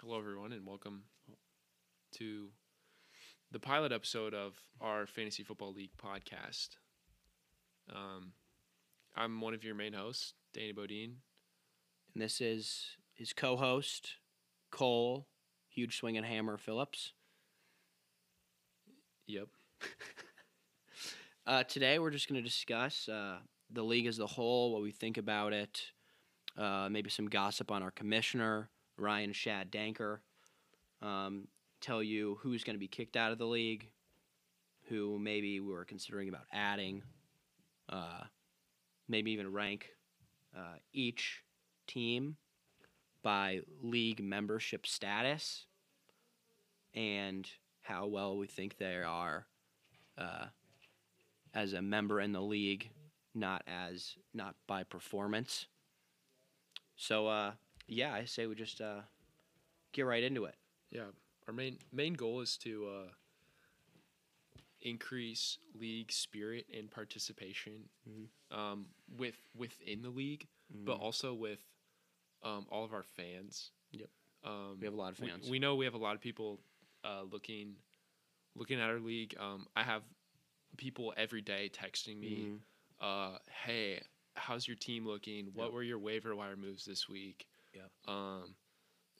Hello, everyone, and welcome to the pilot episode of our Fantasy Football League podcast. Um, I'm one of your main hosts, Danny Bodine. And this is his co host, Cole, huge swinging hammer Phillips. Yep. Uh, today, we're just going to discuss uh, the league as a whole, what we think about it, uh, maybe some gossip on our commissioner, Ryan Shad Danker, um, tell you who's going to be kicked out of the league, who maybe we were considering about adding, uh, maybe even rank uh, each team by league membership status and how well we think they are uh, as a member in the league, not as not by performance. So uh, yeah, I say we just uh, get right into it. Yeah, our main main goal is to uh, increase league spirit and participation Mhm. um, with within the league, but also with um, all of our fans. Yep. Um, we have a lot of we- fans. We, know we have a lot of people uh, looking looking at our league. Um, I have people every day texting me, Mhm. uh, "Hey, how's your team looking? What were your waiver wire moves this week? Yep. Um,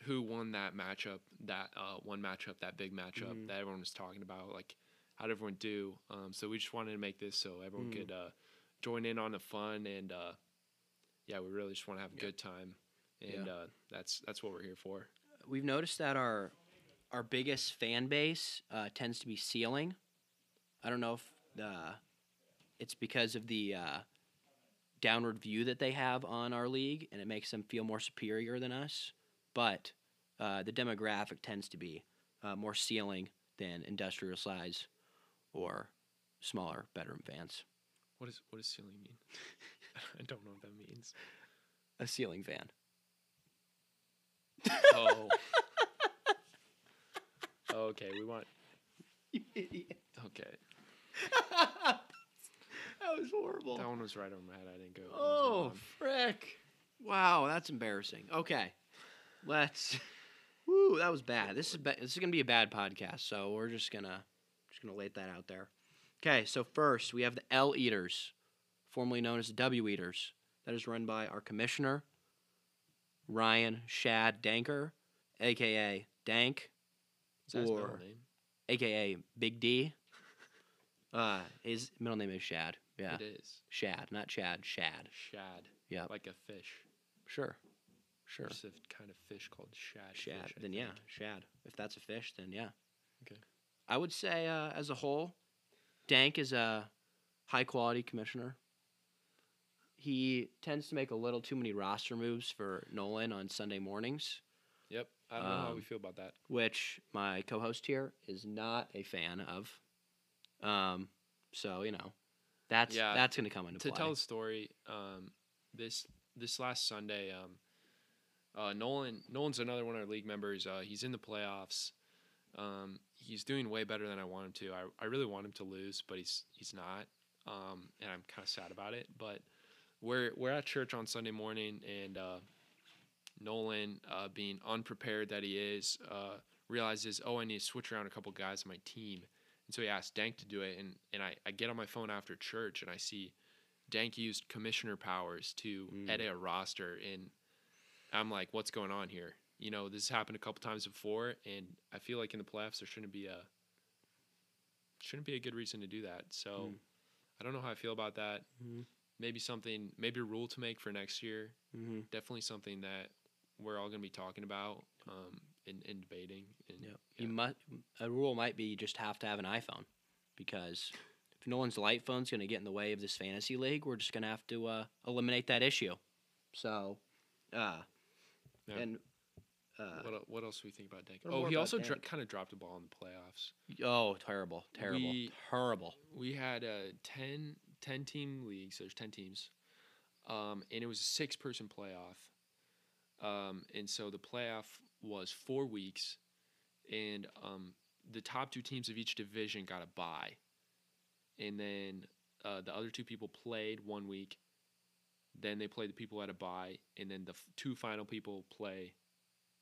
who won that matchup? That uh, one matchup, that big matchup Mhm. that everyone was talking about. Like, how did everyone do? Um, so we just wanted to make this so everyone Mhm. could uh, join in on the fun and uh, yeah, we really just want to have a good time." And Yeah. uh, that's that's what we're here for. We've noticed that our our biggest fan base uh, tends to be ceiling. I don't know if uh, it's because of the uh, downward view that they have on our league, and it makes them feel more superior than us. But uh, the demographic tends to be uh, more ceiling than industrial size or smaller bedroom fans. What is what does ceiling mean? I don't know what that means. A ceiling fan. Oh. okay, we want You idiot. okay. that was horrible. That one was right over my head. I didn't go. that was Oh, wrong. frick. Wow, that's embarrassing. Okay. Let's Woo, that was bad. This is ba- this is going to be a bad podcast, so we're just going to just going to lay that out there. Okay, so first, we have the L Eaters, formerly known as the W Eaters. That is run by our commissioner Ryan Shad Danker, aka Dank, Is that his middle or- name? aka Big D. Uh, his middle name is Shad. Yeah. It is. Shad, not Chad, Shad. Shad. Yep. Like a fish. Sure. Sure. There's a kind of fish called shad. Shad. fish, I then yeah, think. shad. If that's a fish, then yeah. Okay. I would say uh, as a whole, Dank is a high quality commissioner. He tends to make a little too many roster moves for Nolan on Sunday mornings, Yep. I don't know how we Um, feel about that. which my co-host here is not a fan of. Um, so you know, that's Yeah, that's going to come into To play. tell the story, um, this this last Sunday, um, uh, Nolan Nolan's another one of our league members. Uh, he's in the playoffs. Um, he's doing way better than I want him to. I, I really want him to lose, but he's he's not, um, and I'm kind of sad about it. But we're we're at church on Sunday morning, and uh, Nolan, uh, being unprepared that he is, uh, realizes, oh, I need to switch around a couple guys on my team, and so he asked Dank to do it. And and I, I get on my phone after church, and I see Dank used commissioner powers to Mm. edit a roster, and I'm like, what's going on here? You know, this has happened a couple times before, and I feel like in the playoffs there shouldn't be a shouldn't be a good reason to do that. So Mm. I don't know how I feel about that. Mhm. Maybe something, maybe a rule to make for next year. hmm Definitely something that we're all going to be talking about um, and, and debating. And Yep. yeah. You must a rule might be you just have to have an iPhone because if no one's light phone's going to get in the way of this fantasy league, we're just going to have to uh, eliminate that issue. So, uh, Yeah. and uh, what, el- what else do we think about Dank? What Oh, more he about also dr- Dank? kind of dropped the ball in the playoffs. oh, terrible, terrible, We- terrible. we had a 10, 10 team league, so there's 10 teams. Um, and it was a six person playoff. Um, and so the playoff was four weeks, and um, the top two teams of each division got a bye. And then uh, the other two people played one week. Then they played the people at a bye, and then the f- two final people play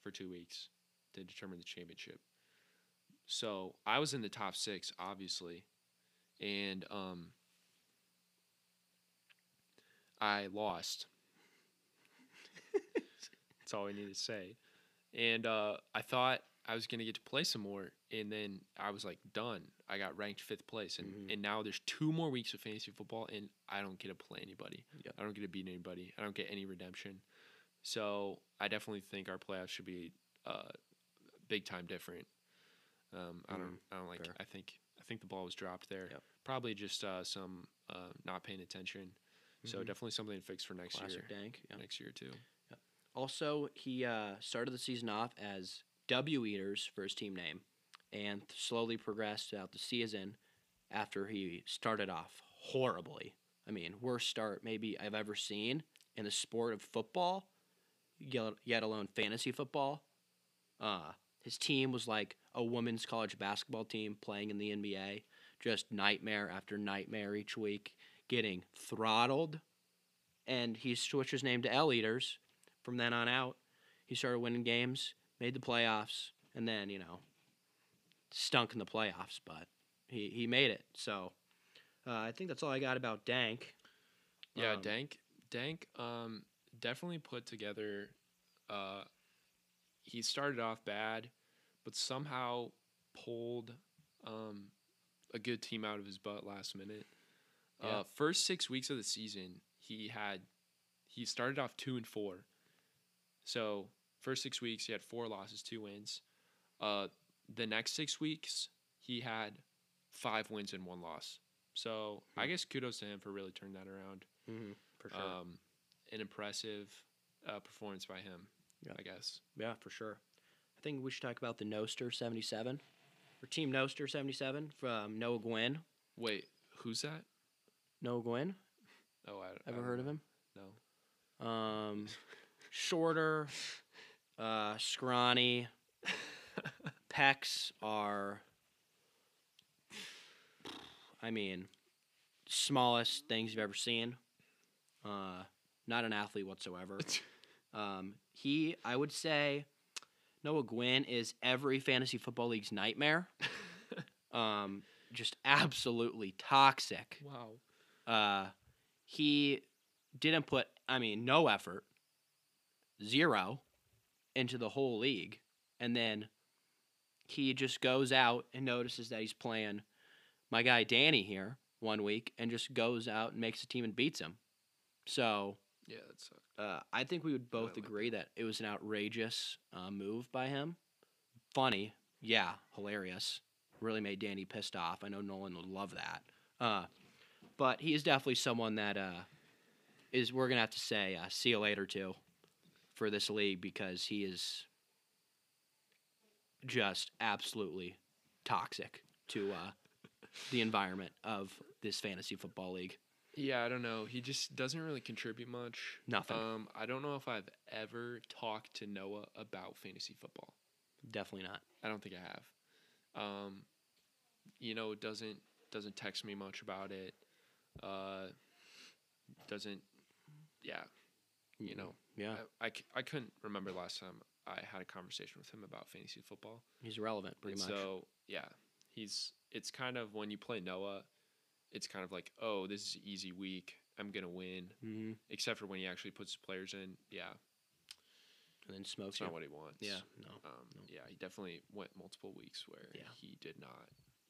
for two weeks. to determine the championship. So I was in the top six, obviously, and um, I lost. That's all I need to say. And uh, I thought I was gonna get to play some more, and then I was like done. I got ranked fifth place, and Mhm. and now there's two more weeks of fantasy football, and I don't get to play anybody. Yep. I don't get to beat anybody. I don't get any redemption. So I definitely think our playoffs should be uh, big time different. Um, I don't. I don't like. Mm-hmm. fair. I think. I think the ball was dropped there. Yep. Probably just uh, some uh, not paying attention. So Mhm. definitely something to fix for next Classic year. Dank. Yeah. Next year too. Also, he uh, started the season off as W Eaters for his team name, and slowly progressed throughout the season. After he started off horribly, I mean, worst start maybe I've ever seen in the sport of football, yet yet alone fantasy football. Uh, his team was like a women's college basketball team playing in the NBA, just nightmare after nightmare each week, getting throttled. And he switched his name to L Eaters from then on out, he started winning games, made the playoffs, and then, you know, stunk in the playoffs, but he, he made it. So uh, I think that's all I got about Dank. Yeah, Um, Dank. Dank um, definitely put together. Uh, he started off bad, but somehow pulled um, a good team out of his butt last minute. Yeah. Uh, first six weeks of the season, he had he started off two and four. So first six weeks, he had four losses, two wins. Uh, the next six weeks, he had five wins and one loss. So Hmm. I guess kudos to him for really turning that around Mm-hmm, for um, an impressive uh, performance by him. Yeah. I guess. yeah, for sure. I think we should talk about the Noster 77, or Team Noster 77 from Noah Gwynn. Wait, who's that? Noah Gwynn, Oh, I I ever don't heard of know. him? No. Um, shorter, uh, scrawny. Pecs are, I mean, smallest things you've ever seen. Uh, not an athlete whatsoever. Um, he, I would say, Noah Gwynn is every fantasy football league's nightmare. Um, just absolutely toxic wow. uh, he didn't put, I mean, no effort, zero, into the whole league. And then he just goes out and notices that he's playing my guy Danny here one week and just goes out and makes a team and beats him. So Yeah, that sucks. uh, I think we would both like agree that it was an outrageous uh, move by him. Funny, yeah, hilarious. Really made Danny pissed off. I know Nolan would love that. Uh, but he is definitely someone that uh, is. We're gonna have to say uh, see you later too, for this league because he is just absolutely toxic to uh, the environment of this fantasy football league. Yeah, I don't know. He just doesn't really contribute much. Nothing. Um, I don't know if I've ever talked to Noah about fantasy football. definitely not. I don't think I have. Um, you know, doesn't doesn't text me much about it. Uh, doesn't. Yeah, you know, Hmm. Yeah, I, I c- I couldn't remember last time I had a conversation with him about fantasy football. he's irrelevant pretty And much. So yeah, he's it's kind of when you play Noah, it's kind of like oh this is an easy week I'm gonna win. mm-hmm. Except for when he actually puts his players in, yeah, and then smokes that's you. not what he wants. yeah, no. um, no. yeah, he definitely went multiple weeks where Yeah. he did not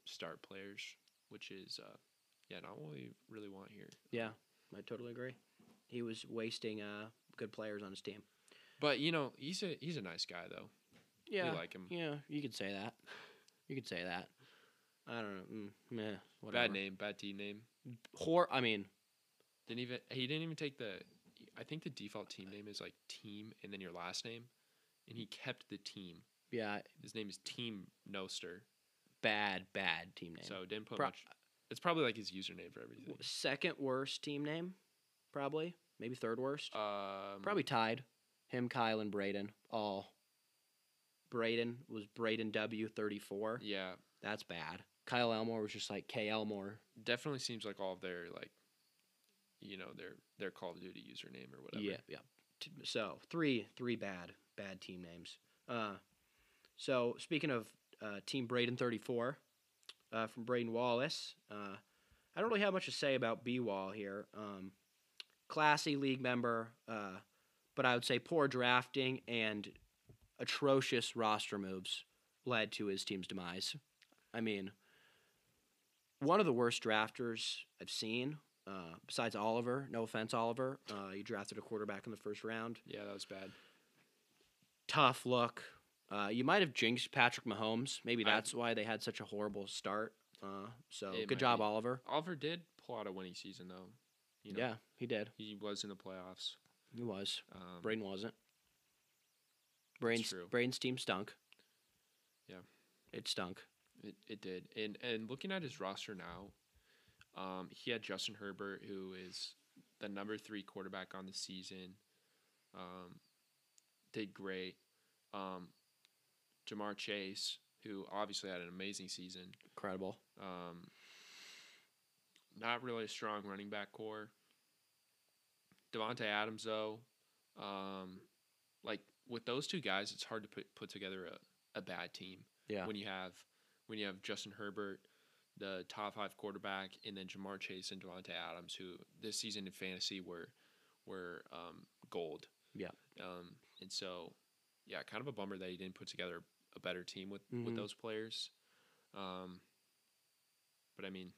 start players, which is uh, yeah not what we really want here. Yeah, I totally agree. He was wasting uh, good players on his team. But you know he's a he's a nice guy though. Yeah, we like him. yeah, you could say that. You could say that. I don't know. Mm, meh, whatever. Bad name, bad team name. Hor- I mean, Didn't even he didn't even take the. I think the default team name is like team and then your last name, and he kept the team. yeah, His name is Team Noster. bad, bad team name. So didn't put Pro- much. It's probably like his username for everything. W- Second worst team name, probably. Maybe third worst. Um, probably tied. Him, Kyle, and Braden all. Braden was Braden W thirty four. Yeah, That's bad. Kyle Elmore was just like K Elmore. definitely seems like all of their like, you know, their their Call of Duty username or whatever. Yeah, yeah. T- So three, three bad, bad team names. Uh, So speaking of uh, Team Braden 34 uh, from Braden Wallace, uh, I don't really have much to say about B Wall here. Um, classy league member, uh, but I would say poor drafting and atrocious roster moves led to his team's demise. I mean, one of the worst drafters I've seen, uh, besides Oliver. No offense, Oliver. Uh, you drafted a quarterback in the first round. Yeah, that was bad. Tough look. Uh, you might have jinxed Patrick Mahomes. Maybe I- that's why they had such a horrible start. Uh, so It good might job, be. Oliver. Oliver did pull out a winning season though. You know, Yeah, he did. he was in the playoffs. He was. Um, Braden wasn't. Brain's true. Brain's team stunk. Yeah. it stunk. It, it did. And and looking at his roster now, um, he had Justin Herbert, who is the number three quarterback on the season. Um, did great. Um, Jamar Chase, who obviously had an amazing season. Incredible. Um, not really a strong running back core. Devonte Adams though, um, like with those two guys, it's hard to put put together a, a bad team Yeah, when you have when you have Justin Herbert, the top five quarterback, and then Jamar Chase and Devontae Adams, who this season in fantasy were were um, gold. Yeah. Um, and so, yeah, kind of a bummer that he didn't put together a better team with with Mhm. those players. Um, but I mean,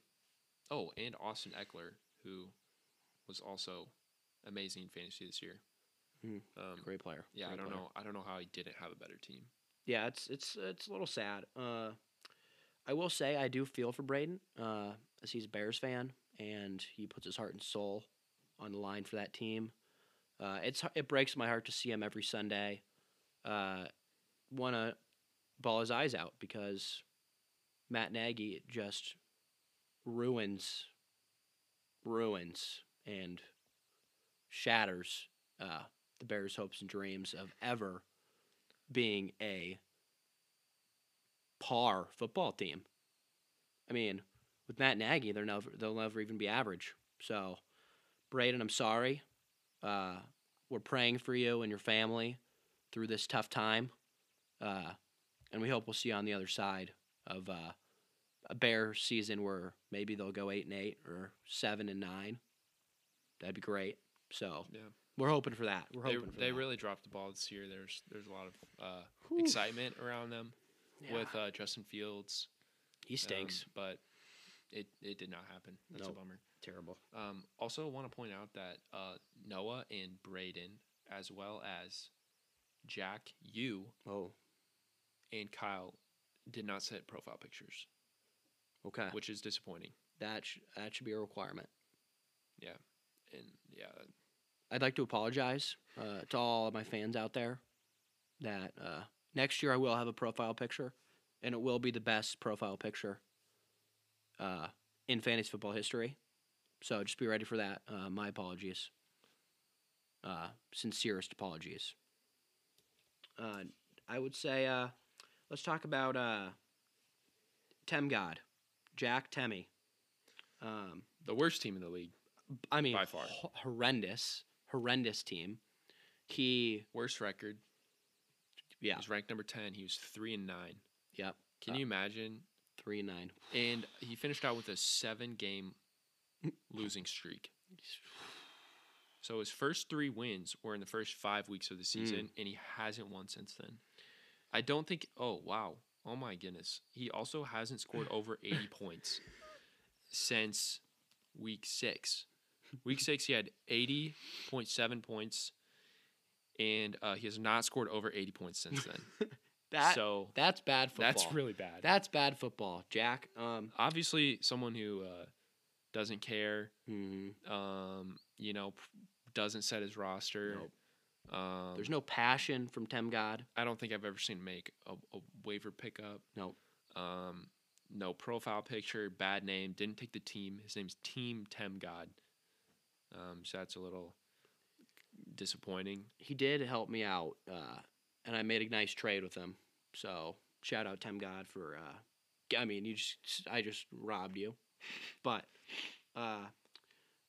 oh, and Austin Eckler, who was also amazing in fantasy this year. Mhm. Um, great player. yeah, I Great don't player. know. I don't know how he didn't have a better team. Yeah, it's it's it's a little sad. Uh, I will say I do feel for Braden, uh, as he's a Bears fan and he puts his heart and soul on the line for that team. Uh, it's it breaks my heart to see him every Sunday. Uh, Want to ball his eyes out because Matt Nagy just ruins, ruins, and shatters uh, the Bears' hopes and dreams of ever being a par football team. I mean, with Matt Nagy, they're never they'll never even be average. So, Braden, I'm sorry. Uh, we're praying for you and your family through this tough time, uh, and we hope we'll see you on the other side of uh, a bear season where maybe they'll go eight and eight or seven and nine. That'd be great. So, Yeah. we're hoping for that. We're they, hoping for they that. really dropped the ball this year. There's there's a lot of uh, Whew. excitement around them Yeah. with uh, Justin Fields. he um, stinks. but it it did not happen. That's Nope. a bummer. Terrible. Um, also, want to point out that uh, Noah and Braden, as well as Jack, you Oh, and Kyle, did not set profile pictures, okay. which is disappointing. That sh- that should be a requirement. And yeah, I'd like to apologize uh, to all of my fans out there that uh, next year I will have a profile picture, and it will be the best profile picture uh, in fantasy football history. So just be ready for that. Uh, my apologies. Uh, sincerest apologies. Uh, I would say uh, let's talk about uh, Tem God, Jack Temmy. Um, the worst team in the league, I mean, By far. ho- horrendous, horrendous team. He, worst record. He yeah, was ranked number ten. He was three and nine. yep, Can Uh, you imagine? three and nine. And he finished out with a seven game losing streak. So his first three wins were in the first five weeks of the Hmm. season, and he hasn't won since then. I don't think. Oh wow! Oh my goodness! He also hasn't scored over eighty points since week six. Week six, he had eighty point seven points, and uh, he has not scored over eighty points since then. That so that's bad football. that's really bad. that's bad football, Jack. Um, Obviously, someone who uh, doesn't care mhm. um, you know, p- doesn't set his roster. Um, there's no passion from Tem God. I don't think I've ever seen him make a, a waiver pickup. Nope. Um, no profile picture, bad name. Didn't take the team. His name's Team Tem God. Um, so that's a little disappointing. He did help me out, uh, and I made a nice trade with him. So shout out Tem God for. Uh, g- I mean, you just I just robbed you, but uh,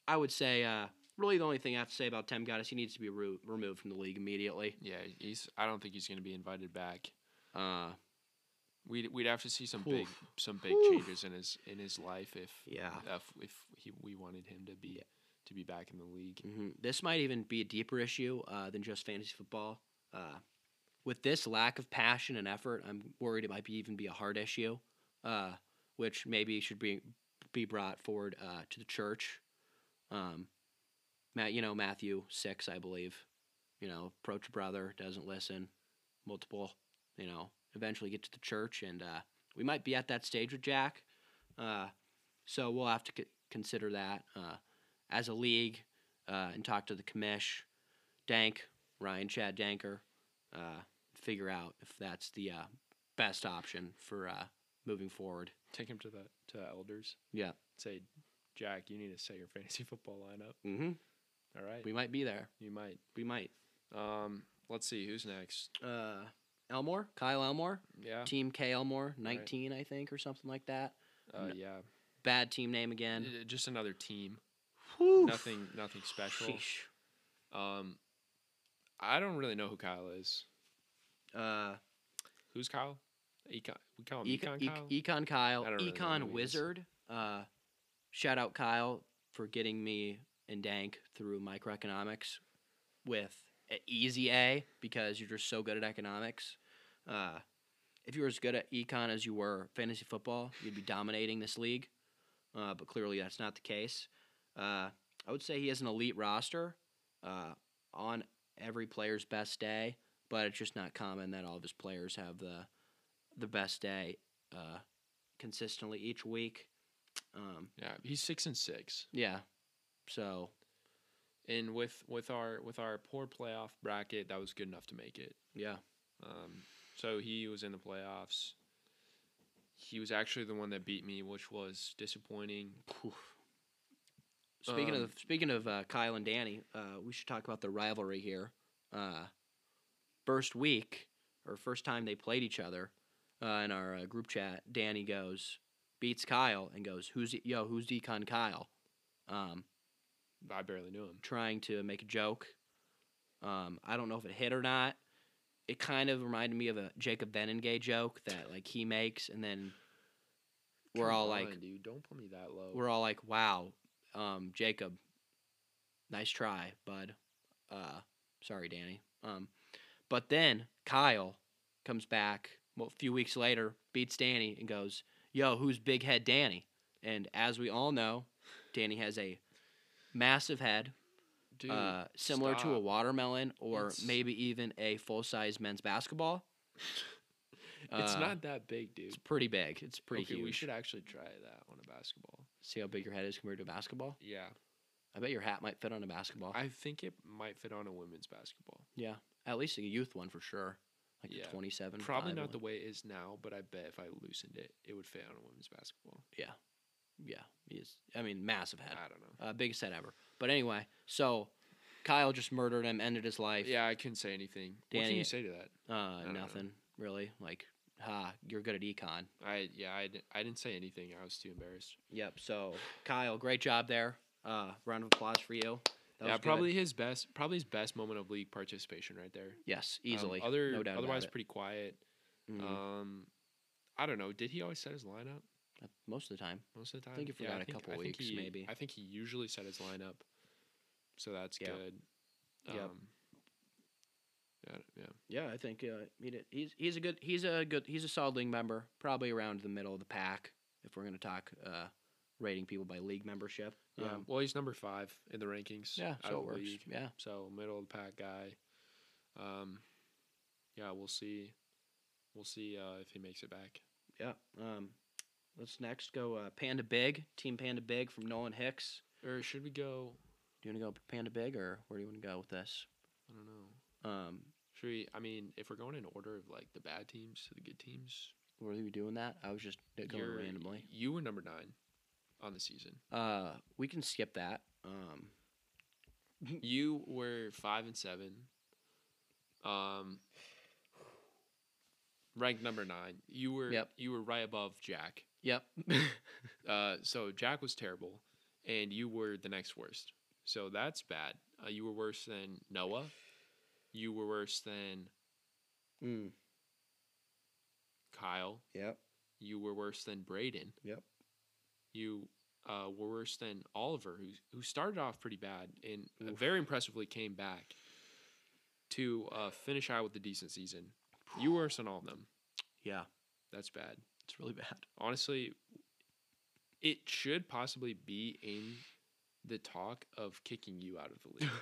I would say uh, really the only thing I have to say about Tem God is he needs to be re- removed from the league immediately. Yeah, he's. I don't think he's going to be invited back. Uh, We'd, we'd have to see some big Oof. some big Oof. changes in his in his life if Yeah. if, if he, we wanted him to be Yeah. to be back in the league. hmm This might even be a deeper issue uh, than just fantasy football. Uh, with this lack of passion and effort, I'm worried it might be even be a heart issue, uh, which maybe should be be brought forward uh, to the church. Um, Matt, you know Matthew six, I believe. You know, approach a brother, doesn't listen, multiple. You know, eventually get to the church, and uh, we might be at that stage with Jack. Uh, so we'll have to c- consider that uh, as a league uh, and talk to the commish, Dank, Ryan Chad Danker, uh, figure out if that's the uh, best option for uh, moving forward. Take him to the to the elders. Yeah. Say, Jack, you need to set your fantasy football lineup. Mm-hmm. All right. We might be there. you might. We might. Um, let's see who's next. Uh, Elmore, Kyle Elmore, Yeah. Team K Elmore, 19, I think, or something like that. Uh, no. yeah. Bad team name again. Uh, Just another team. Whew. Nothing. Nothing special. Sheesh. Um, I don't really know who Kyle is. Uh, Who's Kyle? Econ. We call him Econ, Oh, Econ. Ec- Kyle? Econ Kyle, I don't really know Econ who he is. Wizard. Uh, shout out Kyle for getting me and Dank through microeconomics with an easy A because you're just so good at economics. Uh, if you were as good at econ as you were fantasy football, you'd be dominating this league. Uh, but clearly, that's not the case. Uh, I would say he has an elite roster uh, on every player's best day, but it's just not common that all of his players have the the best day uh, consistently each week. Um, yeah, he's six and six. yeah, so And with with our with our poor playoff bracket, that was good enough to make it. yeah, Um, so he was in the playoffs. He was actually the one that beat me, which was disappointing. Oof. Speaking Um, of speaking of uh, Kyle and Danny, uh, we should talk about the rivalry here. Uh, first week or first time they played each other uh, in our uh, group chat, Danny goes beats Kyle and goes, "Who's E- yo? Who's Decon Kyle?" Um, I barely knew him. trying to make a joke. Um, I don't know if it hit or not. It kind of reminded me of a Jacob Benengay joke that like he makes, and then we're Come all on, like, dude, don't put me that low. we're all like, "Wow, um, Jacob, nice try, bud." Uh, sorry, Danny. Um, but then Kyle comes back mo- a few weeks later, beats Danny, and goes, "Yo, who's Big Head Danny?" And as we all know, Danny has a massive head, dude, uh, similar to a stop. watermelon, or It's- maybe even a full-size men's basketball. it's Uh, not that big, dude. It's pretty big. It's pretty okay, huge. we should actually try that on a basketball. see how big your head is compared to a basketball. Yeah, I bet your hat might fit on a basketball. I think it might fit on a women's basketball. At least a youth one for sure. Like Yeah. the 27. Probably not the one. way it is now, but I bet if I loosened it, it would fit on a women's basketball. Yeah. He's, I mean, massive head. I don't know. Uh, biggest head ever. But anyway, so Kyle just murdered him, ended his life. Yeah, I couldn't say anything. what can Danny- you say to that? Uh, don't know. nothing, really. Like, ha, you're good at econ. I yeah, I, di- I didn't say anything. I was too embarrassed. Yep. So, Kyle, great job there. Uh, round of applause for you. That yeah, was good. probably his best, probably his best moment of league participation right there. Yes, Um, easily. other no doubt about otherwise it. pretty quiet. Mhm. Um, I don't know. Did he always set his lineup Uh, Most of the time. most of the time? think he forgot a couple weeks, he- maybe. I think he usually set his lineup, so that's Yep. good. Yep. Um, yeah, yeah. Yeah, I think uh, he did. He's he's a good he's a good he's a solid league member. Probably around the middle of the pack if we're gonna talk uh, rating people by league membership. Yeah. Um, well, he's number five in the rankings. yeah, out so of it the works. league. Yeah, So middle of the pack guy. Um, yeah, we'll see. We'll see uh, if he makes it back. yeah. Um, let's next go uh, Panda Big Team Panda Big from Nolan Hicks. Or should we go? Do you want to go Panda Big or where do you want to go with this? I don't know. Um, Should we? I mean, if we're going in order of like the bad teams to the good teams, were you doing that? I was just going you're- randomly. You were number nine on the season. Uh, we can skip that. Um, You were five and seven. Um, ranked number nine. You were Yep. you were right above Jack. yep. Uh, so Jack was terrible, and you were the next worst. So that's bad. Uh, you were worse than Noah. You were worse than Mm, Kyle. Yep. You were worse than Braden. Yep. You uh, were worse than Oliver, who who started off pretty bad and uh, very impressively came back to uh, finish out with a decent season. You were worse than all of them. Yeah. That's bad. It's really bad. Honestly, it should possibly be in the talk of kicking you out of the league.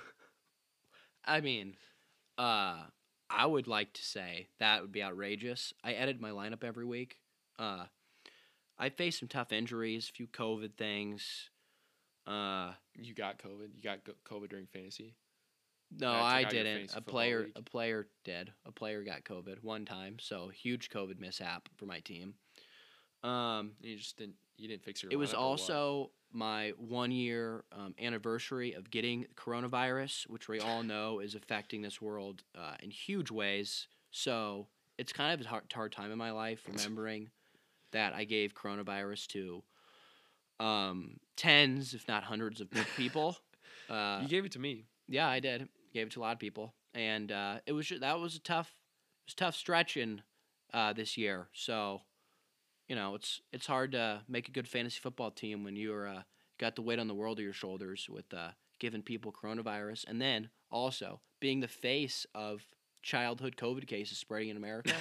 I mean, uh, I would like to say that would be outrageous. I edit my lineup every week. Uh, I faced some tough injuries, a few COVID things. Uh, you got COVID. You got go- COVID during fantasy. no, Yeah, I I took out your didn't. fantasy A football player, league. a player did. A player got COVID one time, so huge COVID mishap for my team. Um, And you just didn't. You didn't fix your. It was lineup or what? also my one year um, anniversary of getting coronavirus, which we all know is affecting this world uh, in huge ways. So it's kind of a hard, hard time in my life remembering that I gave coronavirus to um, tens, if not hundreds, of big people. Uh, you gave it to me. yeah, I did. Gave it to a lot of people, and uh, it was ju- that was a tough, it was a tough stretch in uh, this year. So, you know, it's it's hard to make a good fantasy football team when you're uh, got the weight on the world of your shoulders with uh, giving people coronavirus, and then also being the face of childhood COVID cases spreading in America.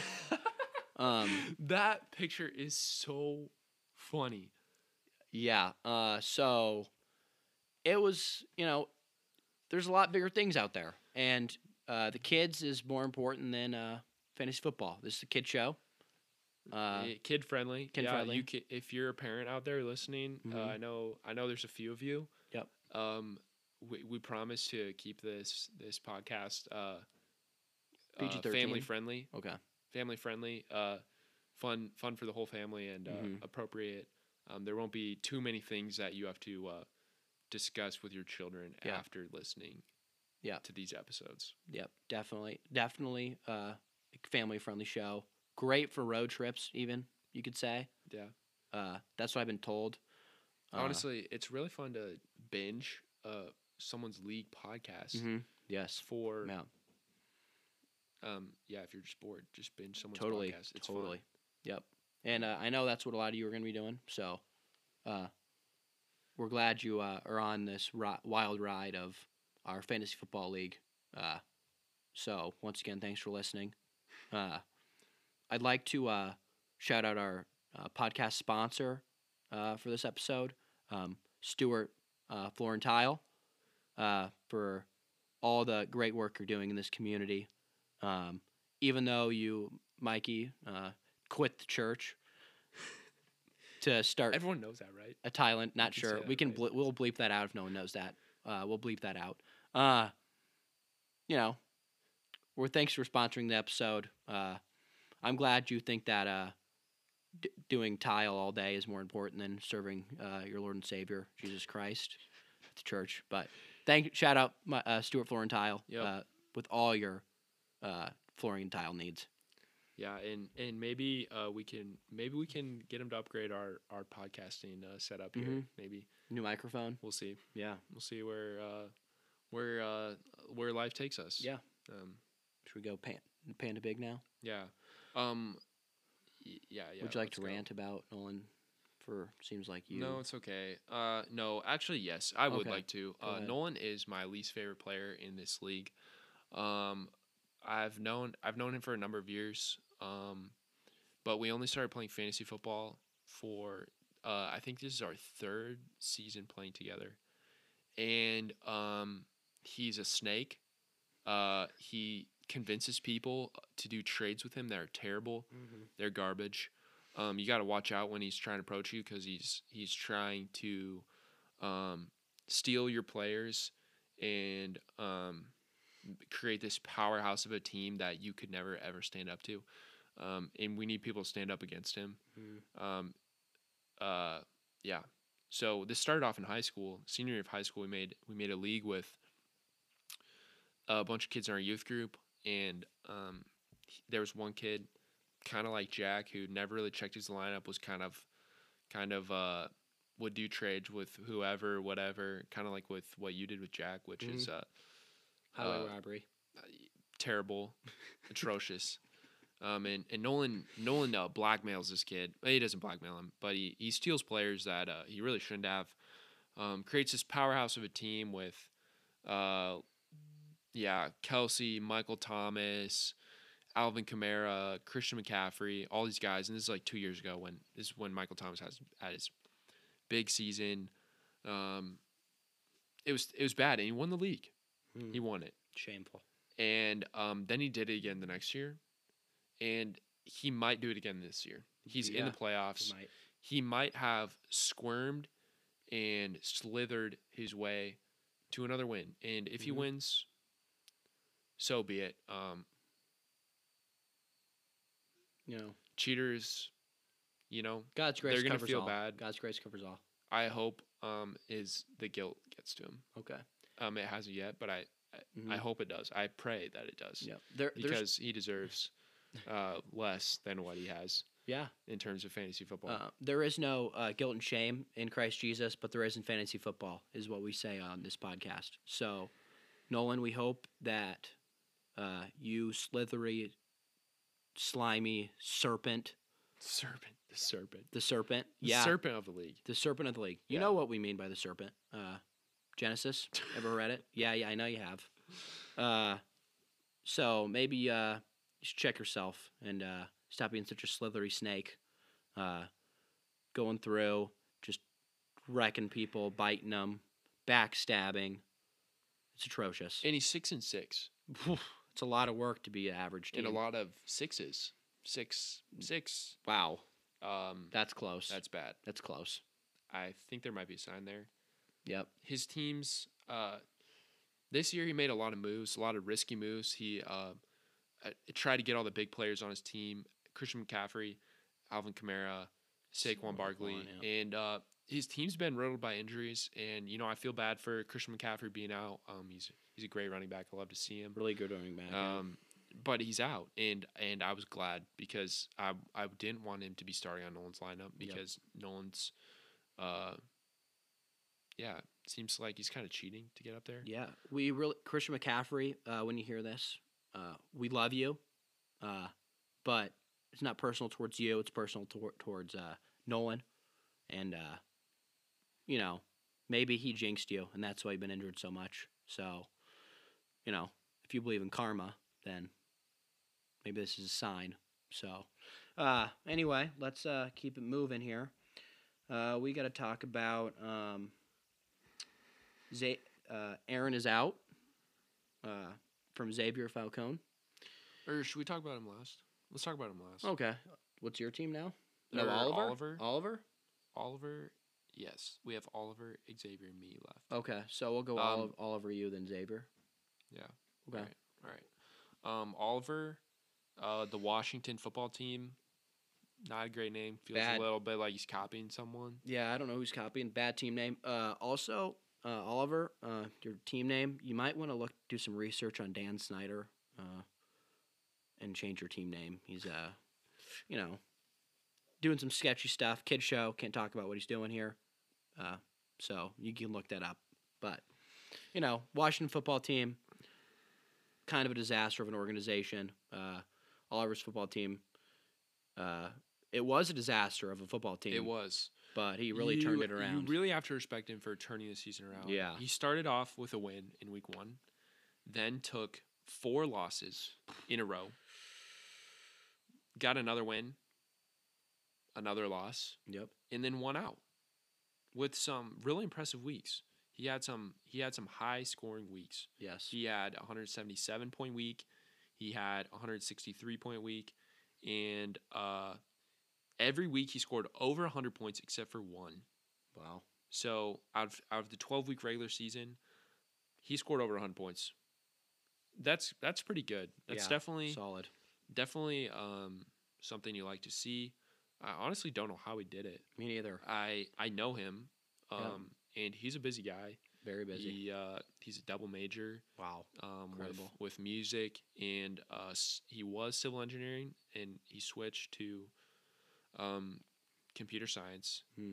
um, that picture is so funny. Yeah. Uh, so it was, you know, there's a lot bigger things out there, and uh, the kids is more important than uh, fantasy football. This is the kid show. Uh, Eh, kid friendly. kid yeah, friendly. You can, if you're a parent out there listening, uh, Mhm. I know I know there's a few of you. Yep. Um, we, we promise to keep this this podcast uh, uh, PG-13. family friendly, okay. family friendly, uh, fun fun for the whole family and uh, Mhm. appropriate. Um, there won't be too many things that you have to uh, discuss with your children Yeah. after listening. Yeah. To these episodes. Yep. Definitely. Definitely. Uh, family friendly show. Great for road trips, even you could say. Yeah. Uh, that's what I've been told. Uh, Honestly, it's really fun to binge uh, someone's league podcast mhm, Yes. for Yeah. um yeah if you're just bored just binge someone's totally, podcast it's fun. totally. Yep. And uh, I know that's what a lot of you are going to be doing. So, uh, we're glad you uh, are on this ri- wild ride of our fantasy football league. Uh, so once again, thanks for listening. Uh, I'd like to uh, shout out our uh, podcast sponsor uh, for this episode, um, Stuart uh, Florentile, uh, for all the great work you're doing in this community. Um, even though you, Mikey, uh, quit the church to start everyone knows that right a Thailand. Not can sure. say that, We can right? ble- we'll bleep that out if no one knows that. Uh, we'll bleep that out. Uh, you know, we're thanks for sponsoring the episode. Uh, I'm glad you think that uh, d- doing tile all day is more important than serving uh, your Lord and Savior Jesus Christ at the church. But thank shout out my, uh, Stuart Flooring Tile Yep. uh, with all your uh, flooring and tile needs. yeah and and maybe uh we can maybe we can get him to upgrade our our podcasting uh setup here Mhm. maybe New microphone. we'll see Yeah. we'll see where uh where uh where life takes us Yeah. um Should we go pan- panda big now? yeah um y- yeah yeah Would you like let's to go. rant about Nolan? For seems like you. No, it's okay. Uh, no, actually, yes, I would Okay, like to. go Uh, ahead. Nolan is my least favorite player in this league. Um, I've known I've known him for a number of years. Um, but we only started playing fantasy football for uh, I think this is our third season playing together, and um, he's a snake. Uh, he convinces people to do trades with him that are terrible Mm-hmm. they're garbage. Um, you got to watch out when he's trying to approach you because he's he's trying to um, steal your players and um, create this powerhouse of a team that you could never ever stand up to. Um, and we need people to stand up against him. Um, uh, yeah. So this started off in high school, senior year of high school. We made we made a league with a bunch of kids in our youth group, and um, he- there was one kid, kind of like Jack, who never really checked his lineup. Was kind of, kind of uh, would do trades with whoever, whatever. Kind of like with what you did with Jack, which is uh, Highway Uh, robbery. terrible, atrocious. Um, and, and Nolan Nolan uh, blackmails this kid. He doesn't blackmail him, but he, he steals players that uh, he really shouldn't have. Um, creates this powerhouse of a team with, uh, yeah, Kelsey, Michael Thomas, Alvin Kamara, Christian McCaffrey, all these guys. And this is like two years ago when this is when Michael Thomas has had his big season. Um, it was it was bad, and he won the league. Hmm. He won it Shameful. and um, then he did it again the next year, and he might do it again this year. He's in the Yeah, playoffs. Might. He might have squirmed and slithered his way to another win, and if he Mhm. wins, so be it. Um, You know, cheaters, you know, God's grace gonna covers feel all. bad. God's grace covers all. I hope um, is the guilt gets to him. Okay. Um, it hasn't yet, but I I Mhm. hope it does. I pray that it does Yep. There, there's, because he deserves uh, less than what he has. yeah. in terms of fantasy football. Uh, there is no uh, guilt and shame in Christ Jesus, but there is in fantasy football, is what we say on this podcast. So, Nolan, we hope that uh, you slithery, slimy serpent, serpent, the serpent, the serpent, the yeah, serpent of the league. the serpent of the league. You Yeah. know what we mean by the serpent? Uh, Genesis. Ever read it? Yeah, yeah, I know you have. Uh, so maybe uh, you should check yourself and uh, stop being such a slithery snake. Uh, going through, just wrecking people, biting them, backstabbing. It's atrocious. And he's six and six, it's a lot of work to be an average and team. a lot of sixes, six, six. Wow, Um, that's close. that's That's bad. that's close. I think there might be a sign there. Yep. His teams, uh, this year he made a lot of moves, a lot of risky moves. He uh, uh, tried to get all the big players on his team: Christian McCaffrey, Alvin Kamara, Saquon Saquon, Barkley, yeah. and uh, his team's been riddled by injuries. And you know, I feel bad for Christian McCaffrey being out. Um, he's he's a great running back. I love to see him. Really good running back. yeah. Um, but he's out, and and I was glad because I I didn't want him to be starting on Nolan's lineup Yep. because Nolan's, uh, yeah, seems like he's kind of cheating to get up there. Yeah, we really Christian McCaffrey. Uh, when you hear this, uh, we love you, uh, but it's not personal towards you. It's personal tor- towards uh, Nolan, and uh, you know, maybe he jinxed you, and that's why you've been injured so much. So, you know, if you believe in karma, then maybe this is a sign. So, uh, anyway, let's uh, keep it moving here. Uh, we got to talk about. Um, Za- uh, Aaron is out uh, from Xavier Falcone. Or should we talk about him last? Let's talk about him last. Okay. What's your team now? Or No, Oliver? Oliver. Oliver? Oliver, yes, we have Oliver, Xavier, and me left. Okay. So we'll go Um, Oliver, Oliver, you, then Xavier. Yeah. Okay. Alright. All right, Oh. um, Oliver, uh, the Washington football team, not a great name. Feels Bad. a little bit like he's copying someone. Um, Yeah, I don't know who's copying. Bad team name. Uh, also, uh, Oliver, uh, your team name, you might want to look do some research on Dan Snyder uh, and change your team name. He's, uh, you know, doing some sketchy stuff. Kid show. Can't talk about what he's doing here. Uh, so you can look that up. But, you know, Washington football team, kind of a disaster of an organization. Uh, Oliver's football team, uh, it was a disaster of a football team It was. but he really turned it around. You really have to respect him for turning the season around. Yeah. He started off with a win in week one, then took four losses in a row, got another win, another loss, yep. and then won out with some really impressive weeks. He had some he had some high scoring weeks. Yes. He had 177 point week. He had 163 point week, and uh, every week he scored over 100 points except for one. Wow. So out of, out of the 12 week regular season, he scored over 100 points. That's that's pretty good. That's Yeah, definitely Solid. definitely um, something you like to see. I honestly don't know how he did it. Me neither. I I know him, Yeah. um, and he's a busy guy. Very busy. He uh, he's a double major wow. um, with, Incredible. with music, and uh, s- he was civil engineering, and he switched to um, computer science. Hmm.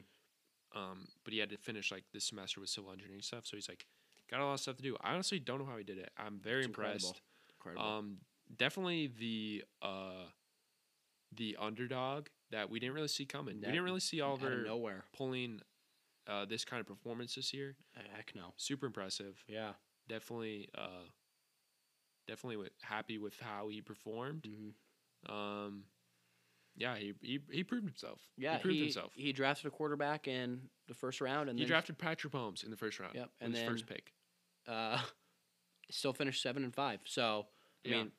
Um, but he had to finish like this semester with civil engineering stuff, so he's like got a lot of stuff to do. I honestly don't know how he did it. I'm very Um, It's incredible. impressed. Incredible. Um, definitely the uh, the underdog that we didn't really see coming. That- we didn't really see Out of Oliver nowhere. pulling uh, this kind of performance this year. Heck no. Super impressive. Yeah. Definitely, uh, definitely wa- happy with how he performed. hmm Um, yeah, he, he he proved himself. Yeah. he proved he, himself. he drafted a quarterback in the first round, and he then drafted Patrick Mahomes in the first round. Yep, with and his then- first pick. uh, still finished seven and five. So I Yeah. mean,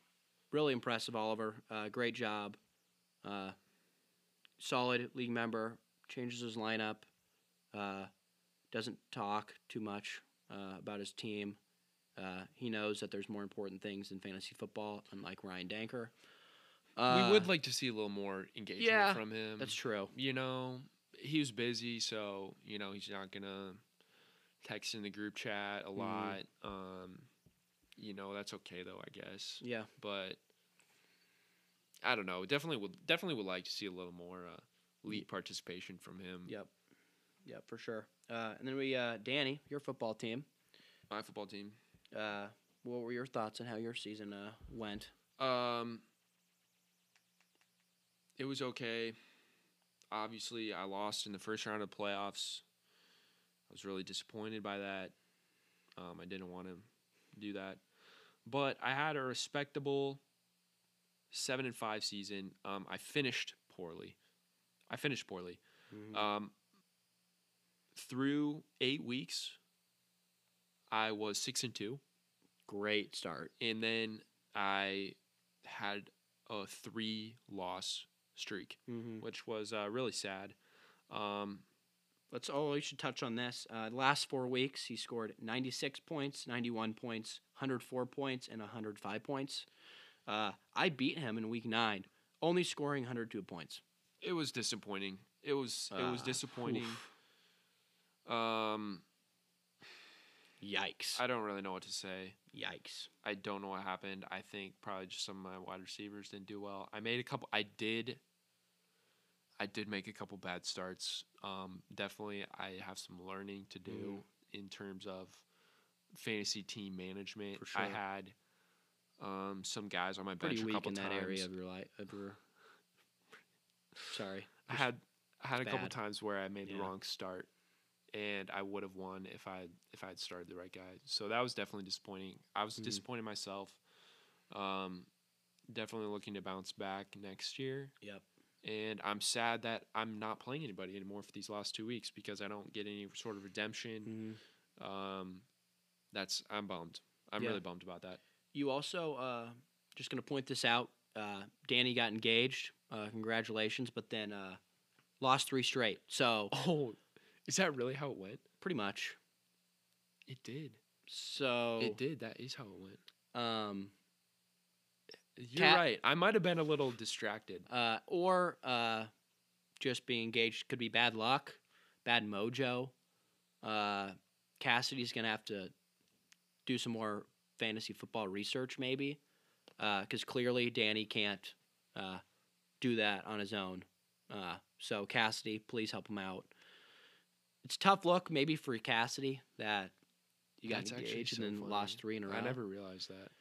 really impressive, Oliver. Uh, great job. Uh, solid league member. Changes his lineup. Uh, doesn't talk too much uh, about his team. Uh, he knows that there's more important things than fantasy football, unlike Ryan Danker. Uh, we would like to see a little more engagement yeah, from him. That's true. you know, he was busy, so you know he's not gonna text in the group chat a Mm-hmm. lot. Um, you know that's okay though, I guess. Yeah. But I don't know. Definitely would definitely would like to see a little more uh, league participation from him. Yep. Yep, for sure. Uh, and then we, uh, Danny, your football team. My football team. Uh, what were your thoughts on how your season uh, went? Um, it was okay. Obviously, I lost in the first round of playoffs. I was really disappointed by that. Um, I didn't want to do that, but I had a respectable seven and five season. Um, I finished poorly. I finished poorly. Mm-hmm. Um, through eight weeks, I was six and two Great start. and then I had a three loss streak, Mm-hmm. which was uh, really sad. Um, Let's. Oh, we should touch on this. Uh, the last four weeks, he scored 96 points, 91 points, 104 points, and 105 points. Uh, I beat him in week nine, only scoring 102 points. it was disappointing. It was it was Ah, disappointing. oof. Um, Yikes! I don't really know what to say. Yikes! I don't know what happened. I think probably just some of my wide receivers didn't do well. I made a couple. I did. I did make a couple bad starts. Um, definitely, I have some learning to do Mm-hmm. in terms of fantasy team management. For I sure. had um, some guys on my bench Pretty a weak couple in that times. area of your life. Of your... Sorry. I had I had a it's couple bad. times where I made Yeah. the wrong start, and I would have won if I if I had started the right guy. So that was definitely disappointing. I was Mhm. disappointed in myself. Um, definitely looking to bounce back next year, Yep. and I'm sad that I'm not playing anybody anymore for these last two weeks because I don't get any sort of redemption. Mm-hmm. Um, that's I'm bummed. I'm Yeah. really bummed about that. You also uh, just going to point this out. Uh, Danny got engaged. Uh, congratulations, but then uh, lost three straight. So Oh, is that really how it went? pretty much. It did. So It did. That is how it went. um, You're Cat- right. I might have been a little distracted. uh, or uh, just being engaged could be bad luck, bad mojo. Uh, Cassidy's gonna have to do some more fantasy football research, maybe, because clearly Danny can't uh, do that on his own. Uh, so Cassidy, please help him out. It's a tough look, maybe for Cassidy that you got That's actually engaged so and then funny. lost three in a row. I never realized that.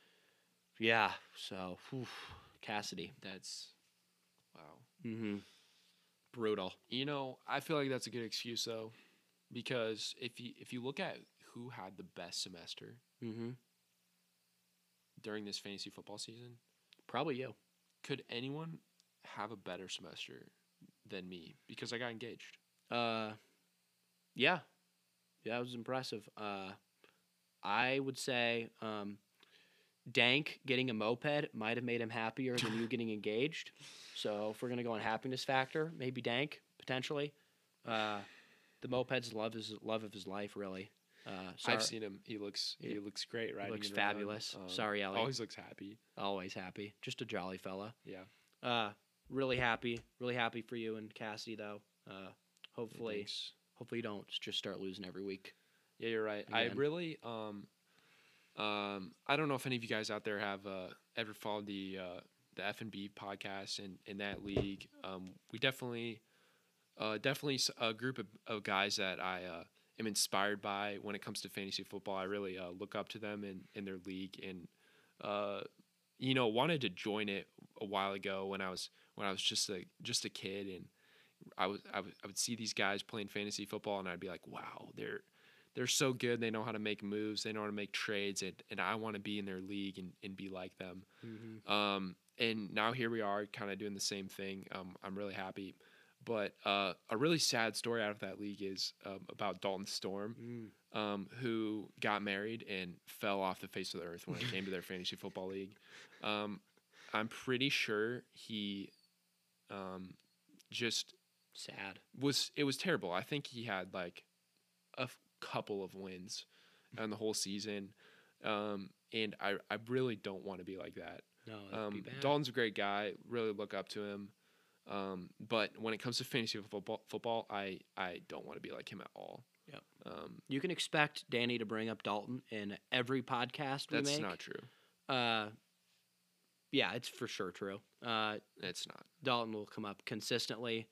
Yeah. So, whew, Cassidy. That's wow. Mm-hmm. Brutal. You know, I feel like that's a good excuse though, because if you if you look at who had the best semester Mm-hmm. during this fantasy football season, Probably you. could anyone have a better semester than me? Because I got engaged. Uh, yeah, yeah, that was impressive. Uh, I would say, um, Dank getting a moped might have made him happier than you getting engaged. So if we're gonna go on happiness factor, maybe Dank potentially. Uh, the moped's love is love of his life, really. Uh, sorry, I've seen him. He looks he Yeah. looks great. Right, he looks fabulous. sorry, Ellie. Um, always looks happy. always happy. Just a jolly fella. Yeah. Uh, really happy. Really happy for you and Cassidy though. Uh, Yeah, hopefully, thanks. hopefully you don't just start losing every week. Yeah, you're right. I Again. really um um I don't know if any of you guys out there have uh ever followed the uh the F and B podcast and in that league. Um we definitely uh definitely s- a group of, of guys that I uh am inspired by when it comes to fantasy football. I really uh look up to them in in their league and uh you know wanted to join it a while ago when I was when I was just a just a kid, and I was I would I would see these guys playing fantasy football, and I'd be like, wow, they're they're so good. They know how to make moves. They know how to make trades, and, and I want to be in their league and, and be like them. Mm-hmm. Um, and now here we are, kind of doing the same thing. Um, I'm really happy. But uh, a really sad story out of that league is um, about Dalton Storm, um, who got married and fell off the face of the earth when it came to their fantasy football league. Um, I'm pretty sure he um, just Sad. was it was terrible. I think he had like a f- couple of wins on the whole season, um, and I I really don't want to be like that. No, that'd be Um, bad. Dalton's a great guy. Really look up to him. Um, but when it comes to fantasy football, football, I I don't want to be like him at all. Yep. Um, you can expect Danny to bring up Dalton in every podcast we that's make. not true. Uh, yeah, it's for sure true. Uh, It's not. Dalton will come up consistently.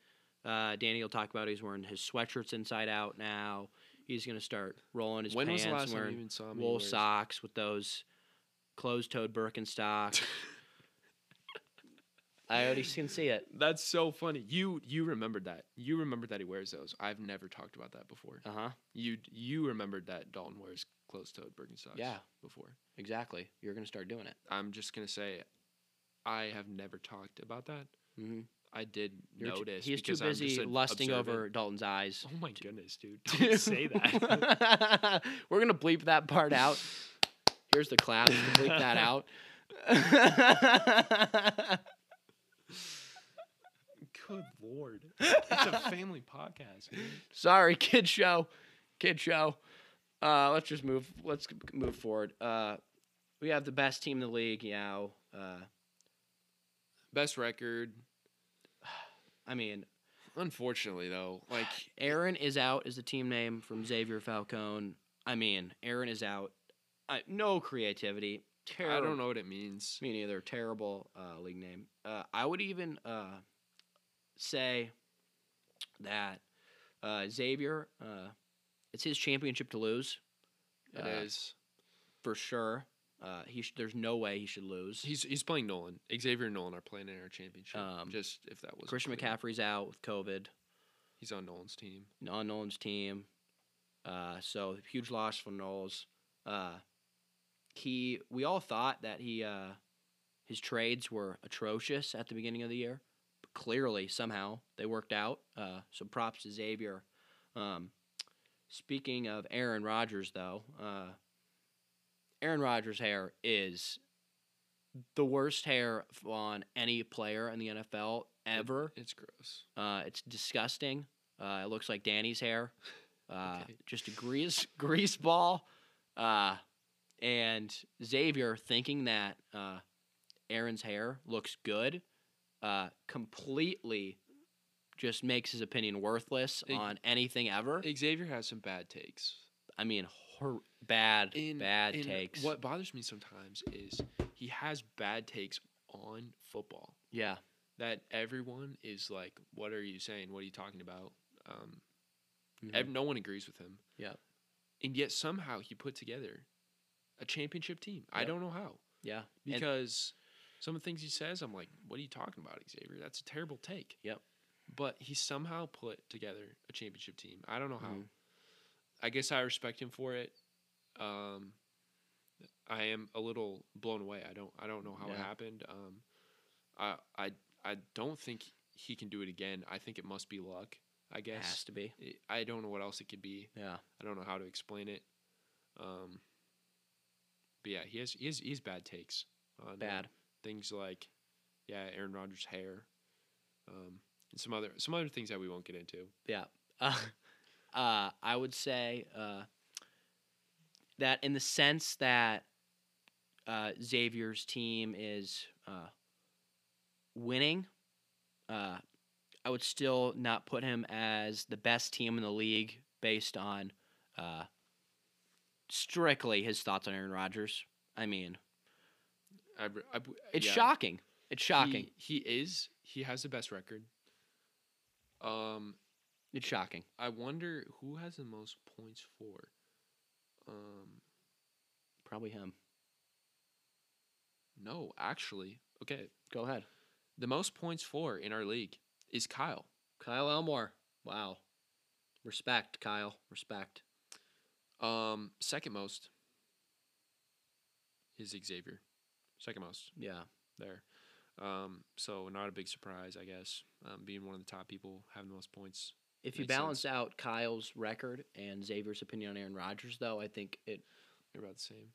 Uh, Danny will talk about he's wearing his sweatshirts inside out now. He's gonna start rolling his when was pants, the last time you wearing even saw me? wool wear- socks with those closed-toed Birkenstocks. I already can see it. That's so funny. You you remembered that. You remembered that he wears those. I've never talked about that before. Uh huh. You you remembered that Dalton wears closed-toed Birkenstocks. Yeah. Before. Exactly. You're gonna start doing it. I'm just gonna say, I have never talked about that. Mm-hmm. I did You're t- notice. he's too because I'm just busy an lusting observant- over Dalton's eyes. Oh my goodness, dude! Don't say that. We're gonna bleep that part out. Here's the clap. to Bleep that out. Good lord! It's a family podcast. man. Sorry, kid show, kid show. Uh, let's just move. Let's g- move forward. Uh, we have the best team in the league you now. Uh, Best record. I mean, Unfortunately, though, like Aaron is out is the team name from Xavier Falcone. I mean, Aaron is out. I, no creativity. Terrible. I don't know what it means. Me neither. Terrible uh, league name. Uh, I would even uh, say that uh, Xavier, uh, it's his championship to lose It is. Uh, for sure. Uh, he sh- there's no way he should lose. He's he's playing Nolan. Xavier and Nolan are playing in our championship. Um, Just if that was Christian McCaffrey's out with COVID He's on Nolan's team. on Nolan's team, uh, so huge loss for Knowles. Uh, he we all thought that he uh, his trades were atrocious at the beginning of the year. But clearly, somehow they worked out. Uh, so props to Xavier. Um, speaking of Aaron Rodgers, though, uh, Aaron Rodgers' hair is the worst hair f- on any player in the NFL ever. It's gross. Uh, it's disgusting. Uh, it looks like Danny's hair. Uh, Okay. Just a grease grease ball. Uh, and Xavier thinking that uh, Aaron's hair looks good uh, completely just makes his opinion worthless Ig- on anything ever. Xavier has some bad takes. I mean, hor- bad, In- bad in- takes. What bothers me sometimes is he has bad takes on football. Yeah. That everyone is like, "What are you saying? What are you talking about?" Um, Mhm. ev- no one agrees with him. Yep. And yet somehow he put together a championship team. I Yep. don't know how yeah. And- because some of the things he says, I'm like, "What are you talking about, Xavier? That's a terrible take." Yep. But he somehow put together a championship team. I don't know how. Mhm. I guess I respect him for it. Um, I am a little blown away. I don't I don't know how it Yeah. happened. Um, I I I don't think he can do it again. I think it must be luck. I has guess to be. I- I don't know what else it could be. Yeah. I don't know how to explain it. Um, but yeah, he has he has, he has bad takes on uh, Bad. things like yeah Aaron Rodgers' hair, um, and some other some other things that we won't get into. Uh, uh, I would say uh, that in the sense that uh, Xavier's team is uh, winning, uh, I would still not put him as the best team in the league based on uh, strictly his thoughts on Aaron Rodgers. I mean, I, br- I br- it's yeah. shocking. It's shocking. He, he is. He has the best record. Um, it's shocking. I wonder who has the most points for. Um, Probably him. no, actually, okay. Go ahead. the most points for in our league is Kyle. Kyle Elmore. Wow. Respect, Kyle. Respect. Um, second most is Xavier. Second most Yeah. there. Um, so not a big surprise, I guess. Um, being one of the top people having the most points. If you Makes sense. balance out Kyle's record and Xavier's opinion on Aaron Rodgers, though, I think it. You're about the same.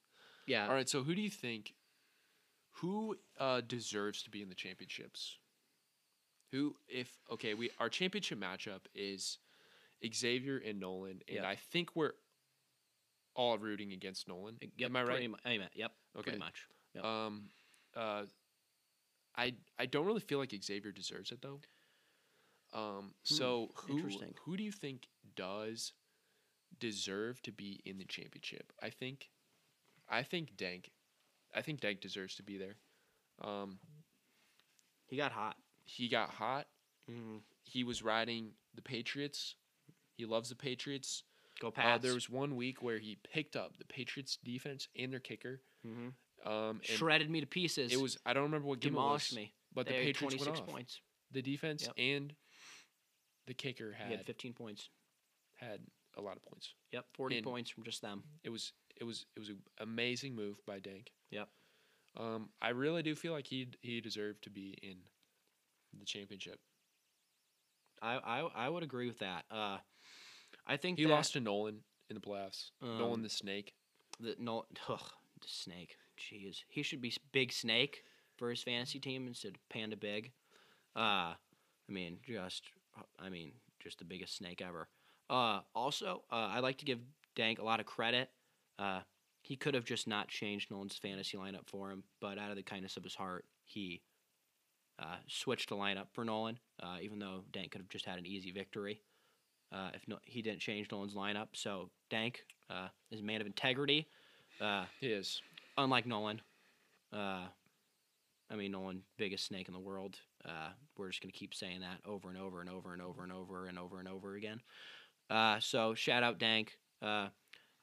Yeah. All right, so who do you think who uh, deserves to be in the championships? Who if okay, we our championship matchup is Xavier and Nolan, and Yeah. I think we're all rooting against Nolan. Yep, Am I pretty right? mu- amen. Yep. Okay. Pretty much. Yep. Um uh I I don't really feel like Xavier deserves it though. Um so who Hmm, interesting. who do you think does deserve to be in the championship? I think I think Dank I think Dank deserves to be there. Um He got hot. he got hot. Mm-hmm. He was riding the Patriots. He loves the Patriots. Go Uh, Pats. there was one week where he picked up the Patriots defense and their kicker. Mhm. Um, and shredded me to pieces. it was I don't remember what game it was. demolished me. But They the had Patriots went 26 off. points. The defense Yep. and the kicker He had had 15 points. had a lot of points. Yep. 40 And- points from just them. It was it was it was an amazing move by Dank. Yep. Um, I really do feel like he he deserved to be in the championship. I, I I would agree with that. Uh, I think He that lost to Nolan in the playoffs. Um, Nolan the snake. the no ugh, the snake. Jeez, he should be s- big snake for his fantasy team instead of panda big. Uh, I mean just I mean just the biggest snake ever. Uh, also uh, I like to give Dank a lot of credit. Uh, he could have just not changed Nolan's fantasy lineup for him, but out of the kindness of his heart, he uh, switched the lineup for Nolan. Uh, even though Dank could have just had an easy victory uh, if no, he didn't change Nolan's lineup. So Dank uh, is a man of integrity, uh, He is. unlike Nolan. Uh, I mean, Nolan, biggest snake in the world. Uh, we're just gonna keep saying that over and over and over and over and over and over and over again. Uh, so shout out Dank. Uh,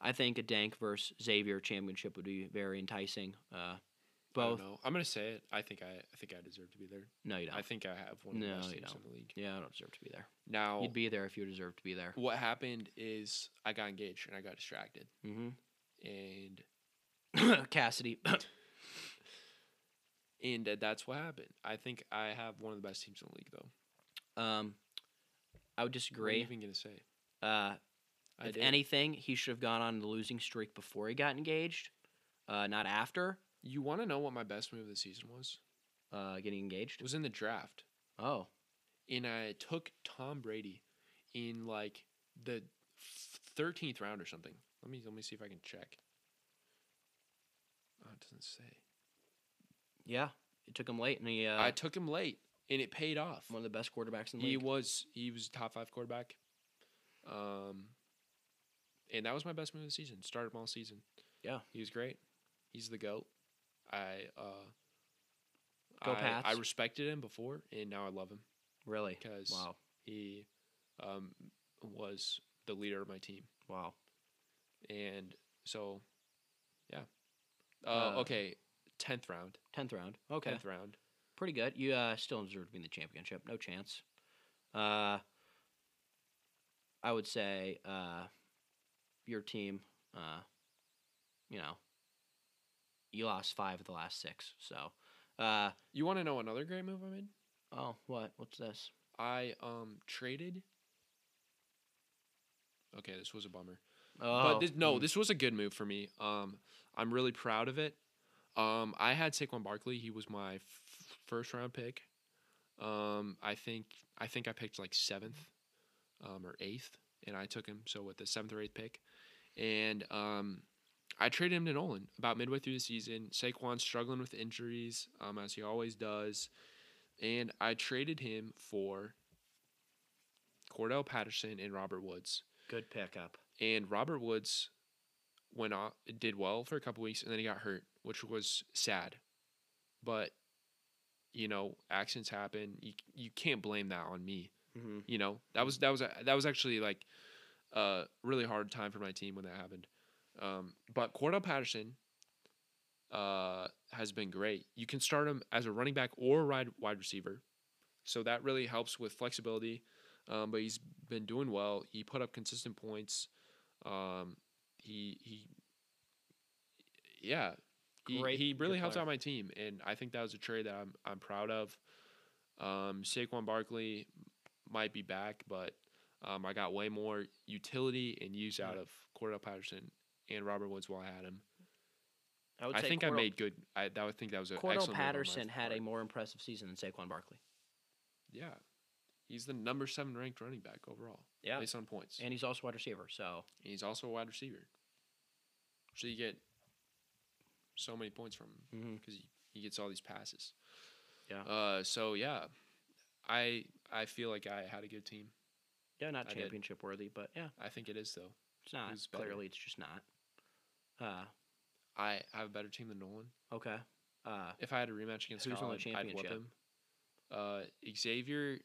I think a Dank versus Xavier championship would be very enticing. Uh, I don't both? know. I'm gonna say it. I think I I think I deserve to be there. No, you don't. I think I have one of the No, best you teams don't. in the league. yeah, I don't deserve to be there. Now You'd be there if you deserved to be there. what happened is I got engaged and I got distracted Mm-hmm. and Cassidy. and uh, that's what happened. I think I have one of the best teams in the league though. um, I What are would you disagree. even gonna say? Uh, I if did. anything, he should have gone on the losing streak before he got engaged, uh, not after you want to know what my best move of the season was? uh, getting It engaged. was in the draft, Oh, and I took Tom Brady in like the thirteenth round or something. Let me let me see if I can check. Oh, it doesn't say. yeah. It took him late, and he uh, I took him late, and it paid off. one of the best quarterbacks in the He league. was he was top five quarterback. Um, and that was my best move of the season. Started him all season. Yeah. he was great. He's the goat. I uh, Go I, I Pats. respected him before, and now I love him really? because Wow, he um, was the leader of my team, wow. and so yeah. Uh, Uh, okay, tenth round. Tenth round. Okay, Tenth round. pretty good. You uh, still deserve to be in the championship. No chance. Uh, I would say uh, your team. Uh, you know, you lost five of the last six. So, uh, You want to know another great move I made? oh, what? What's this? I um traded. Okay, this was a bummer, Oh, but this, no, mm. this was a good move for me. Um, I'm really proud of it. Um, I had Saquon Barkley. He was my f- first round pick. Um, I think I think I picked like seventh, um, or eighth, and I took him. So with the seventh or eighth pick, and um, I traded him to Nolan about midway through the season. Saquon struggling with injuries, um, as he always does, and I traded him for Cordell Patterson and Robert Woods. Good pickup. And Robert Woods went off, did well for a couple weeks, and then he got hurt, which was sad. But you know, accidents happen. You you can't blame that on me Mm-hmm. you know that was that was a- that was actually like a really hard time for my team when that happened um, but cordell patterson uh, has been great. You can start him as a running back or wide wide receiver, so that really helps with flexibility. Um, but he's been doing well. He put up consistent points. Um, he he. Yeah, he, Great- he really good helped player. out my team, and I think that was a trade that I'm I'm proud of. Um, Saquon Barkley might be back, but um, I got way more utility and use out of Cordell Patterson and Robert Woods while I had him. would I say think I Cordell- made good. I that would think that was a excellent. move Cordell on my Patterson had a part. more impressive season than Saquon Barkley. yeah. He's the number seven ranked running back overall Yeah, based on points. And and he's also wide receiver. So he's also a wide receiver, so you get so many points from him mhm. because he, he gets all these passes. Yeah. Uh. So yeah, I I feel like I had a good team. yeah, not I did. championship worthy, but yeah, I think it is though. it's not. Who's better? Clearly, it's just not. Uh, I have a better team than Nolan. okay. Uh, If I had a rematch against Who's won the Scotland, I'd whip championship? him. Uh, Xavier.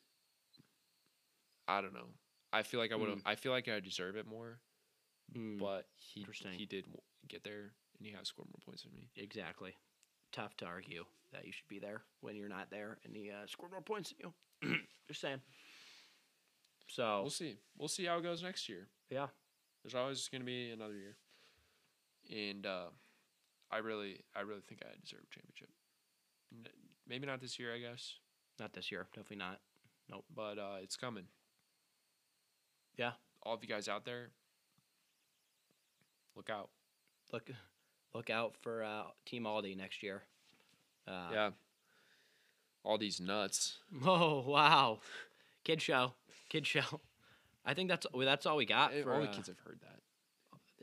I don't know. I feel like I would. have. Hmm. I feel like I deserve it more, mm, but he Interesting. he did w- get there, and he has scored more points than me. exactly. Tough to argue that you should be there when you're not there, and he uh, scored more points than you. just saying. So We'll see. We'll see how it goes next year. Yeah. There's always going to be another year, and uh, I really, I really think I deserve a championship. N- Maybe not this year, I guess, not this year, definitely not. but uh, it's coming. Yeah. All of you guys out there, look out. Look, look out for uh, Team Aldi next year. Uh, yeah. All these nuts. Oh wow, kid show, kid show. I think that's well, that's all we got Eh, for. all the uh, kids have heard that.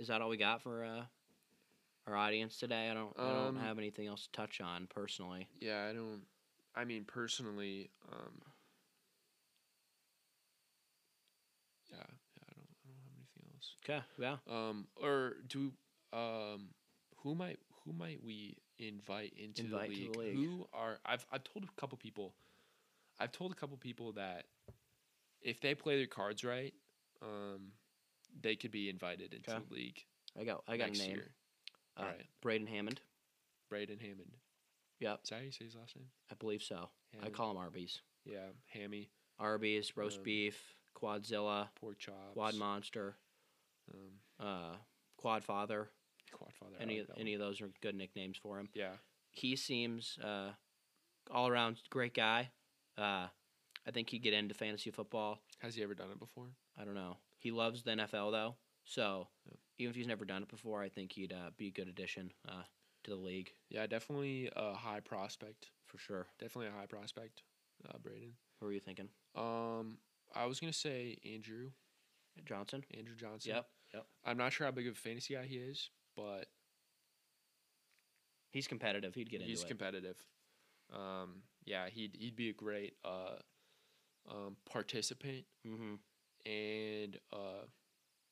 is that all we got for uh, our audience today? I don't. I Um, don't have anything else to touch on personally. Yeah, I don't. I mean, personally, um, yeah, yeah, I don't. I don't have anything else. Okay. Yeah. Um, or do um, who might who might we invite into Invite the, to league? the league. Who are I've I've told a couple people, I've told a couple people that if they play their cards right, um, they could be invited into Okay. the league. I got. I got next a name. year. Uh, All right, Braden Hammond. Braden Hammond. Yep. Is that how you say his last name? I believe so. I Hammond. call him Arby's. Yeah, Hammy, Arby's roast Um, beef, Quadzilla, pork chops, Quad Monster, um, uh, Quad Father. quad father. I Any like that any one. of those are good nicknames for him. Yeah, he seems uh, all around great guy. Uh, I think he'd get into fantasy football. has he ever done it before? I don't know. He loves the NFL though, so Yep. even if he's never done it before, I think he'd uh, be a good addition uh, to the league Yeah, definitely a high prospect. for sure. Definitely a high prospect, uh, Braden. Who are you thinking, Um, I was gonna say Andrew, Johnson? Andrew Johnson. Yep, yep. I'm not sure how big of a fantasy guy he is, but He's competitive. He'd get into he's it. competitive. Um, yeah, he'd he'd be a great uh, um, participant hmm and uh,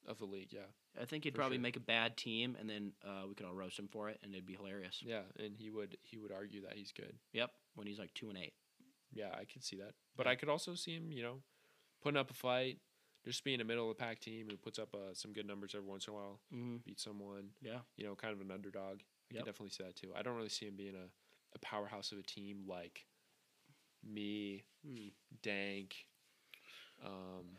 of the league. Yeah, I think he'd For probably sure. make a bad team, and then uh, we could all roast him for it, and it'd be hilarious. yeah, and he would he would argue that he's good. Yep, when he's like two and eight. Yeah, I could see that. But I could also see him, you know, putting up a fight, just being a middle of the pack team who puts up uh, some good numbers every once in a while, Mm-hmm. beat someone, Yeah, you know, kind of an underdog. I Yep. could definitely see that too. I don't really see him being a, a powerhouse of a team like me, Mm. Dank. Um,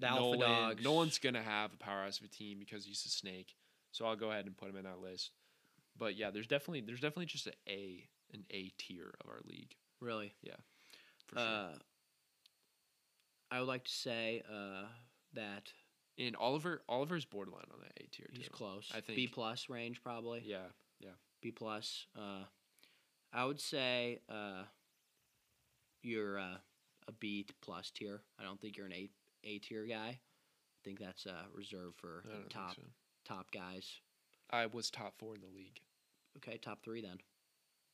the Alpha Nolan. Dogs. Nolan's going to have a powerhouse of a team because he's a snake. So I'll go ahead and put him in that list. But yeah, there's definitely there's definitely just a A an A tier of our league really. for sure. Uh, I would like to say uh, that And Oliver Oliver's borderline on that A tier too. he's close. I B think- plus range probably. Yeah. B plus. Uh, I would say uh, you're uh, a B t- plus tier. I don't think you're an A A tier guy. I think that's uh, reserved for I the don't think top so. top guys. I was top four in the league. Okay, top three then.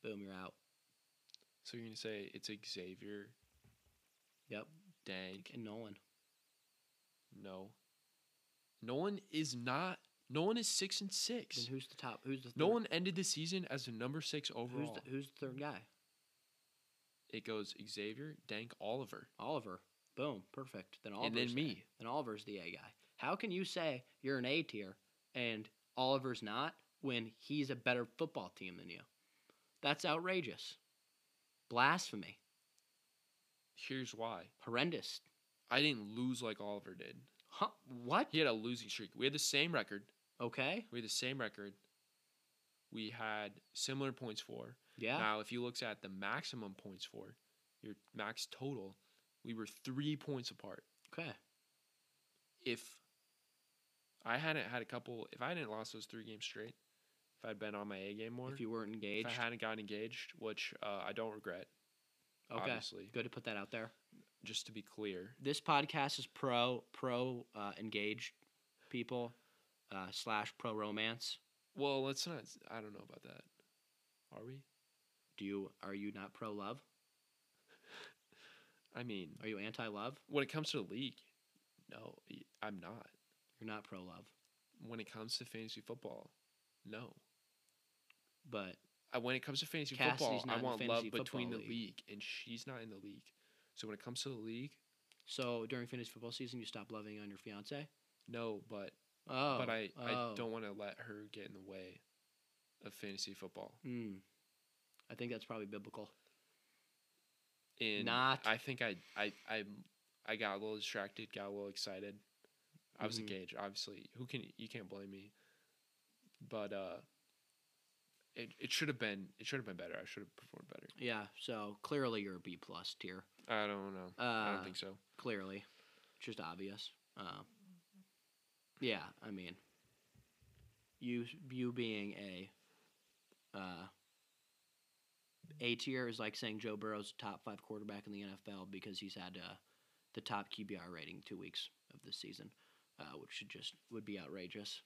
Boom, you're out. So you're gonna say it's Xavier, Yep, Dank, and Nolan. no. Nolan is not Nolan is six and Then six. who's the top? Who's the third, Nolan ended the season as the number six Who's overall. the, who's the third guy? it goes Xavier, Dank, Oliver. Oliver. Boom. Perfect. Then Oliver's then the A. me. Then Oliver's the A guy. How can you say you're an A tier and Oliver's not when he's a better football team than you. That's outrageous. Blasphemy. Here's why. Horrendous. I didn't lose like Oliver did. Huh? What? He had a losing streak. We had the same record. Okay. We had the same record. We had similar points for. Yeah. Now, if you looked at the maximum points for, your max total, we were three points apart. Okay. If I hadn't had a couple, if I hadn't lost those three games straight, if I'd been on my A game more, If you weren't if engaged. I hadn't gotten engaged, which uh, I don't regret, okay. obviously, Good to put that out there. just to be clear, This podcast is pro pro uh, engaged people uh, slash pro romance. Well, let's not. I don't know about that. Are we? Do you are you not pro love? I mean, Are you anti love? when it comes to the league, no, y- I'm not. You're not pro love, When it comes to fantasy football, no. but I, when it comes to fantasy Cassidy's football, not I in the want love fantasy between the football league. and she's not in the league. So when it comes to the league, so during fantasy football season, you stop loving on your fiance. no. But Oh, but I oh. I don't want to let her get in the way of fantasy football. Mm. I think that's probably biblical. And Not- I think I I I I got a little distracted, got a little excited. I was Mhm. engaged, obviously. Who can you can't blame me. But uh it, it should have been it should have been better. I should have performed better. Yeah, so clearly you're a B plus tier. I don't know. Uh, I don't think so. Clearly, It's just obvious. Uh, yeah, I mean, you you being a uh, A tier is like saying Joe Burrow's a top five quarterback in the NFL because he's had uh, the top QBR rating two weeks of this season, uh, which should just would be outrageous.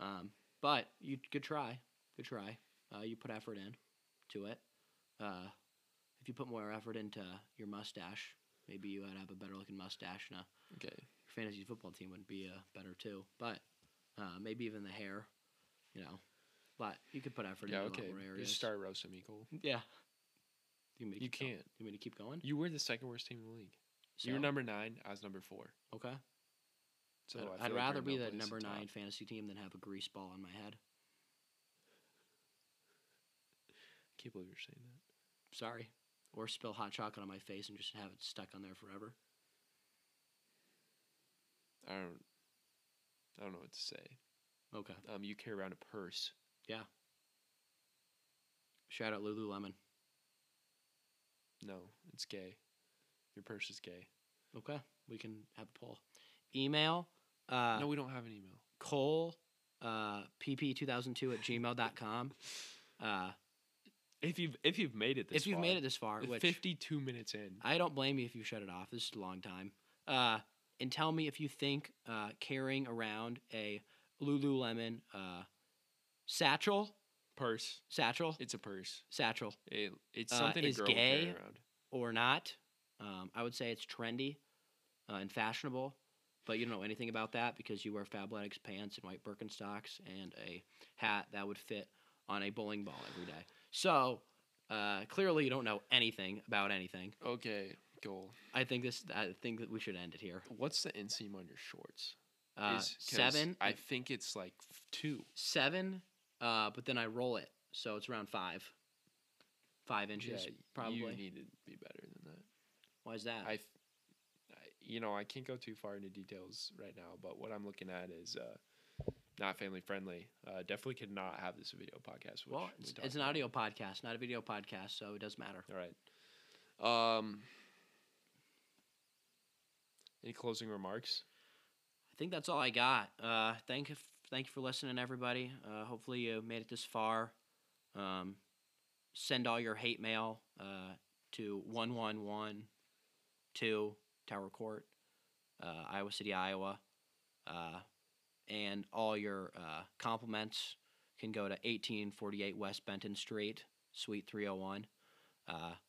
Um, but you could try, good try. Uh, you put effort in to it. Uh, if you put more effort into your mustache, maybe you would have a better looking mustache and a Okay. your fantasy football team would be uh, better too. But uh, maybe even the hair, you know. But you could put effort Yeah, into okay. a lot more areas. Just start roasting me, Cole. Yeah. You, mean to You keep going? can't. You mean to keep going? You were the second worst team in the league. you were So- number nine, I was number four. Okay. So I I'd- feel I'd like rather you're in be no the place number at top. nine fantasy team than have a grease ball on my head. can't believe you're saying that. Sorry. Or spill hot chocolate on my face and just have it stuck on there forever. I don't I don't know what to say. Okay. Um you carry around a purse. Shout out Lululemon. No, it's gay. Your purse is gay. Okay. We can have a poll. Email. Uh, no, we don't have an email. Cole uh, pp2002 at gmail.com. Uh, If you've if you've made it this if you've far, made it this far, which fifty two minutes in, I don't blame you if you shut it off. This is a long time. Uh, and tell me if you think uh, carrying around a Lululemon uh, satchel, purse. satchel, It's a purse. satchel, It, it's Uh, something a is girl would carry gay? around. or not. Um, I would say it's trendy uh, and fashionable, but you don't know anything about that because you wear Fabletics pants and white Birkenstocks and a hat that would fit on a bowling ball every day. So uh, clearly, you don't know anything about anything. Okay, goal. I think this. I think that we should end it here. What's the inseam on your shorts? Uh, Is- 'cause seven, I think it's like f- two. seven, uh, but then I roll it, so it's around five, five inches Yeah, You probably. need to be better than that. Why is that? I, th- I- you know, I can't go too far into details right now, but what I'm looking at is uh, not family friendly. Uh, definitely could not have this video podcast. Which well, we it's, talked it's an about. audio podcast, not a video podcast, so it doesn't matter. All right. Um, any closing remarks? I think that's all I got. Uh, thank you, f- thank you for listening, everybody. Uh, hopefully you made it this far. Um, send all your hate mail uh, to one one one two Tower Court, uh, Iowa City, Iowa, uh, and all your uh, compliments can go to eighteen forty eight West Benton Street, Suite three hundred one.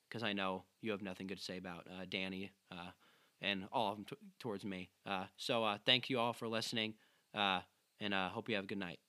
Because I know you have nothing good to say about uh, Danny. Uh, and all of them t- towards me. Uh, so uh, thank you all for listening, uh, and uh, hope you have a good night.